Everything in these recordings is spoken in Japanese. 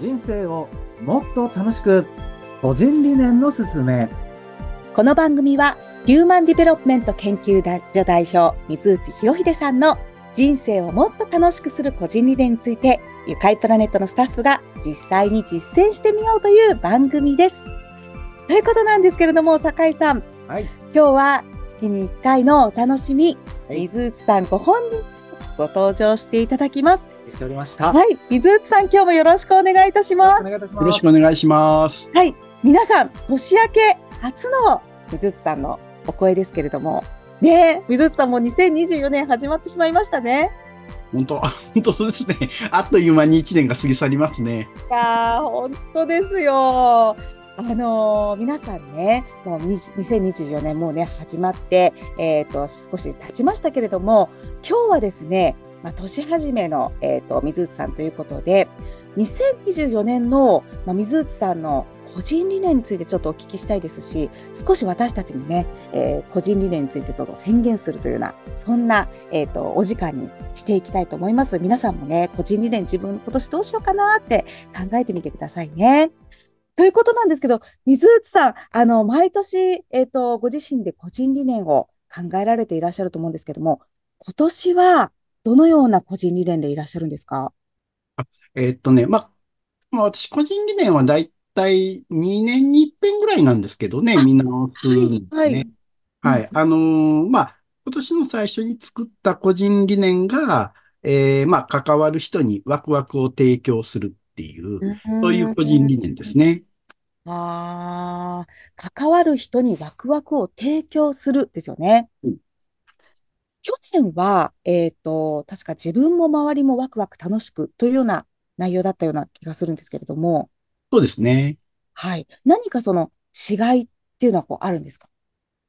人生をもっと楽しく個人理念のすすめこの番組はヒューマンディベロップメント研究所代表水内博秀さんの人生をもっと楽しくする個人理念についてゆかいプラネットのスタッフが実際に実践してみようという番組です。ということなんですけれども酒井さんはい今日は月に1回のお楽しみ、はい水内さんご本人にご登場していただきます。しておりましたはい、水内さん今日もよろしくお願いいたします。お願いいたしますよろしくお願いします。はい、皆さん、年明け初の水内さんのお声ですけれども、ねえ、水内さんも2024年始まってしまいましたね。本当、 あ本当そうですね。あっという間に一年が過ぎ去りますね。いやー、本当ですよ。あのー皆さんね、もう20 2024年もうね、始まって、えっ、と、少し経ちましたけれども、今日はですね、まあ、年始めの、えっ、と、水内さんということで、2024年の、まあ、水内さんの個人理念についてちょっとお聞きしたいですし、少し私たちもね、えー個人理念についてちょっと宣言するというような、そんな、えっ、と、お時間にしていきたいと思います。皆さんもね、個人理念自分今年どうしようかなって考えてみてくださいね。ということなんですけど、水内さん、あの、毎年、えっ、と、ご自身で個人理念を考えられていらっしゃると思うんですけども、今年はどのような個人理念でいらっしゃるんですかえーっとね、まあ、まあ、私個人理念はだいたい2年に一遍ぐらいなんですけどね、見直すんですはいはねい。はい。あのーまあ、今年の最初に作った個人理念が、えーまあ、関わる人にワクワクを提供するっていう、そういう個人理念ですね。ああ、関わる人にワクワクを提供するですよねうん。去年は、えっと、確か自分も周りもワクワク楽しくというような内容だったような気がするんですけれども、そうですね。はい。何かその違いっていうのはこうあるんですか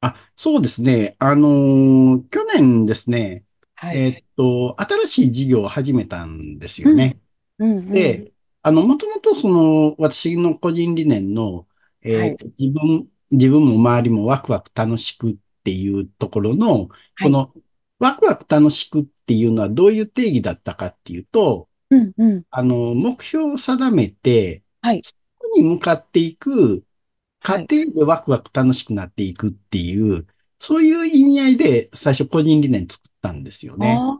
あ、そうですね。あのー去年ですね、はえい。ーっと、新しい事業を始めたんですよね。うんうんで、あの、もともとその、私の個人理念の、えーっと、自分、自分も周りもワクワク楽しくっていうところの、はいこの、ワクワク楽しくっていうのはどういう定義だったかっていうと、うんうん。あの、目標を定めて、はいそこに向かっていく、過はい程でワクワク楽しくなっていくっていう、そういう意味合いで最初個人理念作ったんですよね。ああ。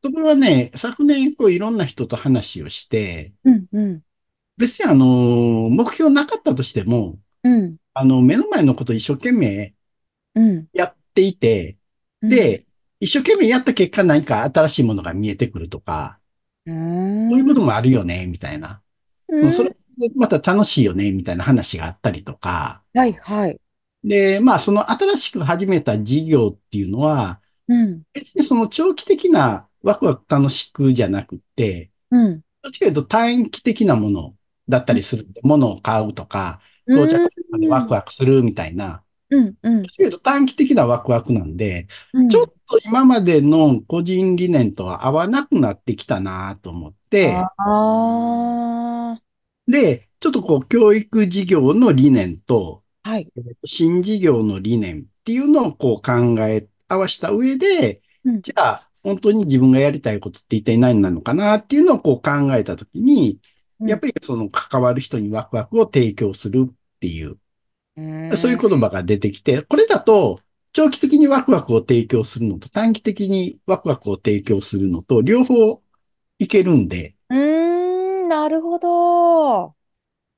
ところがね、昨年以降いろんな人と話をして、うんうん。別にあの、目標なかったとしても、うんあの、目の前のことを一生懸命うん。やっていて、で、一生懸命やった結果何か新しいものが見えてくるとか、うん、そうういうことも、もあるよね、みたいな。うんそれでまた楽しいよね、みたいな話があったりとか。はいはい。で、まあ、その新しく始めた事業っていうのは、うん別にその長期的なワクワク楽しくじゃなくて、うん。どっちかというと短期的なものだったりするんで、ものを買うとか、到着するまでワクワクするみたいな、うんうんどっちかというと短期的なワクワクなんで、うん。ちょっと今までの個人理念とは合わなくなってきたなと思って、ああ。で、ちょっとこう、教育事業の理念と、はい。新事業の理念っていうのをこう考え、合わした上でうん、じゃあ、本当に自分がやりたいことって一体何なのかなっていうのをこう考えたときに、やっぱりその関わる人にワクワクを提供するっていう、りそういう言葉が出てきて、これだと長期的にワクワクを提供するのと短期的にワクワクを提供するのと両方いけるんで、と。うーん、なるほど。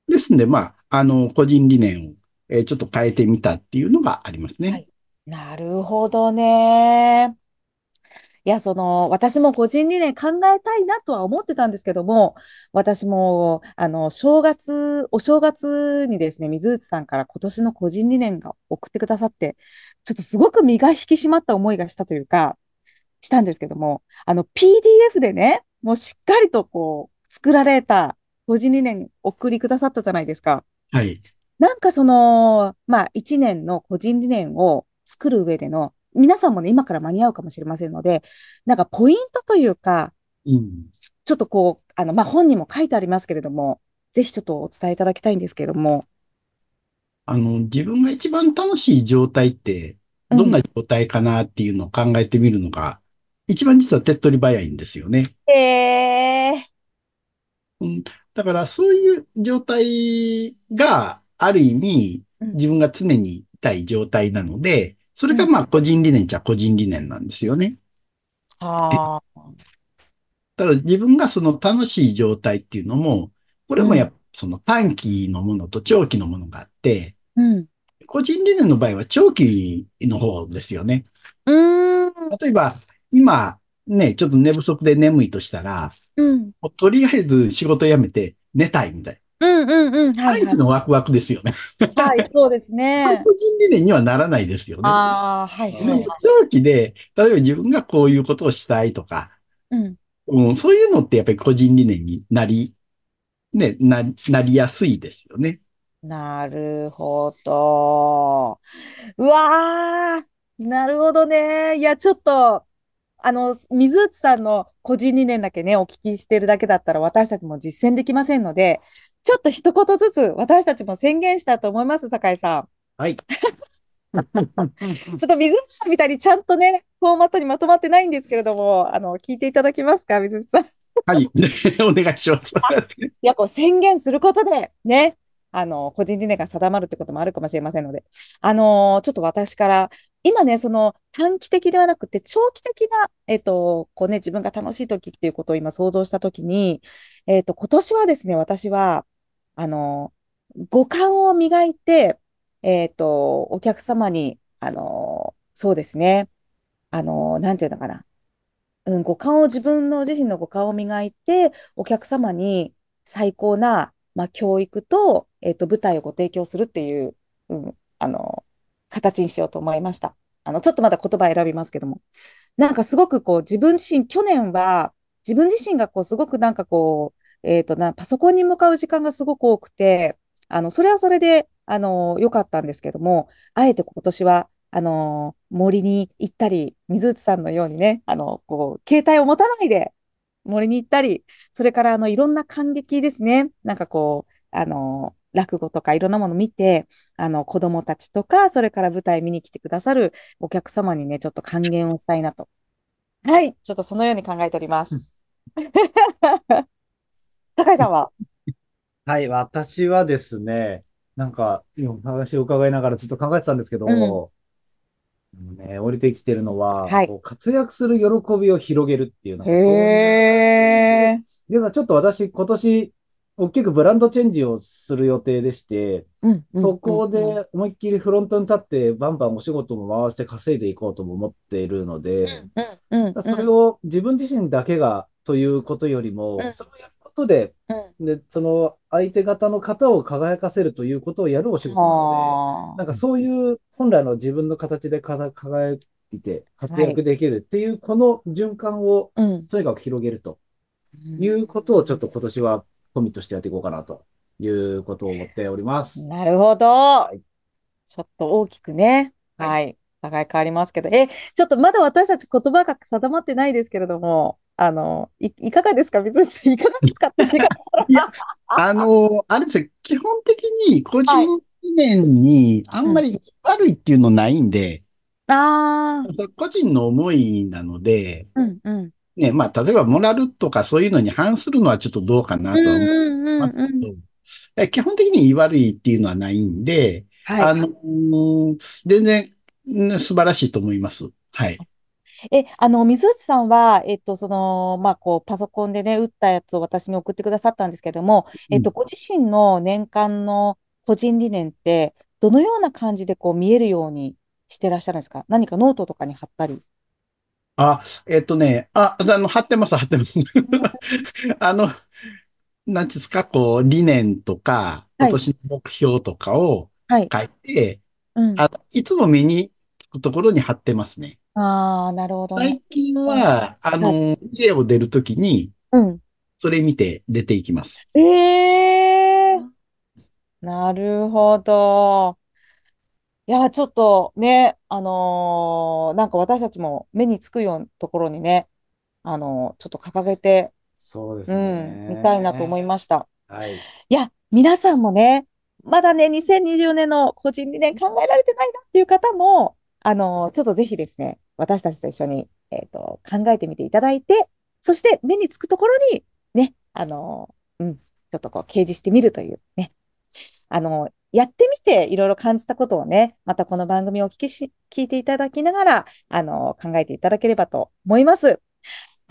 ですんで、まあ、あの、個人理念を、えーちょっと変えてみたっていうのがありますね。はいなるほどね。いや、その、私も個人理念考えたいなとは思ってたんですけども、私も、あの、正月、お正月にですね、水内さんから今年の個人理念が送ってくださって、ちょっとすごく身が引き締まった思いがしたというか、したんですけども、あの、PDF でね、もうしっかりとこう、作られた個人理念送りくださったじゃないですか。はい。なんかその、まあ、一年の個人理念を作る上での、皆さんもね、今から間に合うかもしれませんので、なんかポイントというか、うん。ちょっとこう、あの、まあ、本にも書いてありますけれども、ぜひちょっとお伝えいただきたいんですけれども。あの、自分が一番楽しい状態って、どんな状態かなっていうのを考えてみるのが、一番実は手っ取り早いんですよね。ええうん、だからそういう状態がある意味うん自分が常にいたい状態なので、それがまあ個人理念っちゃ個人理念なんですよね。はただ自分がその楽しい状態っていうのも、これもやっぱその短期のものと長期のものがあって、うん。個人理念の場合は長期の方ですよね。うん。例えば今ね、ちょっと寝不足で眠いとしたら、うん。もうとりあえず仕事辞めて寝たいみたいうんうんうん。な。はい、短は期のワクワクですよね。い。はい、そうですね。個人理念にはならないですよね。ああ、はい、ではもい。長期で、例えば自分がこういうことをしたいとか、うん。うん、そういうのってやっぱり個人理念になり、ね、な、なりやすいですよ ね。なるほど。うわー、なるほどね。いや、ちょっと、あの、水内さんの個人理念だけね、お聞きしてるだけだったら私たちも実践できませんので、ちょっと一言ずつ私たちも宣言したいと思います、酒井さん。はい。ちょっと水口さんみたいにちゃんとね、フォーマットにまとまってないんですけれども、あの、聞いていただけますか、水口さん。いはい。 お願いします。や、こう宣言することで、ね、あの、個人理念が定まるってこともあるかもしれませんので、あのーちょっと私から、今ね、その短期的ではなくて、長期的な、えっと、こうね、自分が楽しい時っていうことを今想像した時に、えっと、今年はですね、私は、あのー五感を磨いて、えっと、お客様に、あのーそうですね、あのーなんていうのかな。うん、五感を、自分の自身の五感を磨いて、お客様に最高な、まあ、教育と、えっと、舞台をご提供するっていう、うん、あの、形にしようと思いました。あの、ちょっとまだ言葉選びますけども。なんかすごくこう、自分自身、去年は、自分自身がこう、すごくなんかこう、えっとな、パソコンに向かう時間がすごく多くて、あの、それはそれで、あの、良かったんですけども、あえて今年は、あのー森に行ったり、水内さんのようにね、あの、こう、携帯を持たないで森に行ったり、それから、あの、いろんな感激ですね。なんかこう、あのー落語とかいろんなもの見て、あの、子供たちとか、それから舞台見に来てくださるお客様にね、ちょっと還元をしたいなと。はい、ちょっとそのように考えております。 高井さんははい、私はですね、なんか、今お話を伺いながらずっと考えてたんですけど、ね、降りてきてるのは、はいこう活躍する喜びを広げるっていうのが、そういうへー。皆さんちょっと私、今年、大きくブランドチェンジをする予定でして、うんうんそこうんで思いっきりフロントに立って、バンバンお仕事も回して稼いでいこうとも思っているので、うんうんだからそれを自分自身だけがということよりもうん、それをやることで、うんで、その相手方の方を輝かせるということをやるお仕事なのはで、あなんかそういう本来の自分の形でかた輝いて活躍できるっていう、この循環をうんとにかく広げるということをちょっと今年はコミットしてやっていこうかなということを思っております。なるほど。いちょっと大きくね。はいはい。互い変わりますけど。え、ちょっとまだ私たち言葉が定まってないですけれども、あの、い、いかがですか水口いかがですかって言い方したらいやあの、あれですね、基本的に個人理念にあんまり悪いっていうのないんで、あーそれ個人の思いなので、うんうん。ね、まあ、例えばモラルとかそういうのに反するのはちょっとどうかなとは思うんいうんうんうますけん。ど、え基本的に言い悪いっていうのはないんで、はあい。の全然、うん素晴らしいと思います。はい。え、あの、水内さんは、えっと、その、まあ、こう、パソコンでね、打ったやつを私に送ってくださったんですけども、えっと、ご自身の年間の個人理念って、どのような感じでこう見えるようにしてらっしゃるんですか何かノートとかに貼ったり。あ、えっとね、あ、あの、貼ってます、貼っ てます。あの、なんていうんですか、こう、理念とか、はい今年の目標とかをはい。書いて、うん。あの、いつも目につくところに貼ってますね。ああ、なるほどね。最近は、あの、家を出るときに、うん。それ見て出ていきます。ええなるほど。いや、ちょっとね、あのーなんか私たちも目につくようなところにね、あのーちょっと掲げて、そうですうん、ね。見たいなと思いました。はい。いや、皆さんもね、まだね、2024年の個人理念考えられてないなっていう方も、あの、ちょっとぜひですね、私たちと一緒に、えっと、考えてみていただいて、そして目につくところに、ね、あの、うん、ちょっとこう、掲示してみるというね。あの、やってみていろいろ感じたことをね、またこの番組をお聞きし、聞いていただきながら、あの、考えていただければと思います。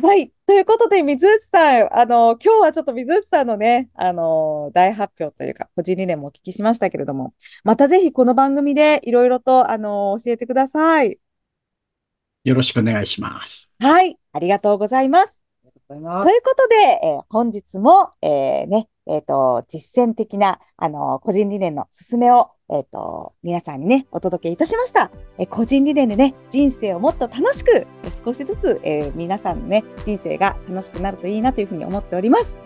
はい。ということで、水内さん、あの、今日はちょっと水内さんのね、あの、大発表というか、個人理念もお聞きしましたけれども、またぜひこの番組でいろいろと、あの、教えてください。よろしくお願いします。はい。ありがとうございます。ということで、えー、本日も、えー、ね、えっ、ー、と、実践的な、あの、個人理念の勧めを、えっ、と、皆さんにね、お届けいたしました。え個人理念でね、人生をもっと楽しく、少しずつ、え皆さんのね、人生が楽しくなるといいなというふうに思っております。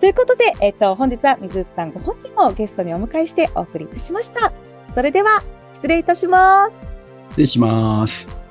ということで、えっ、と、本日は水内さんご本人をゲストにお迎えしてお送りいたしました。それでは、失礼いたします。失礼します。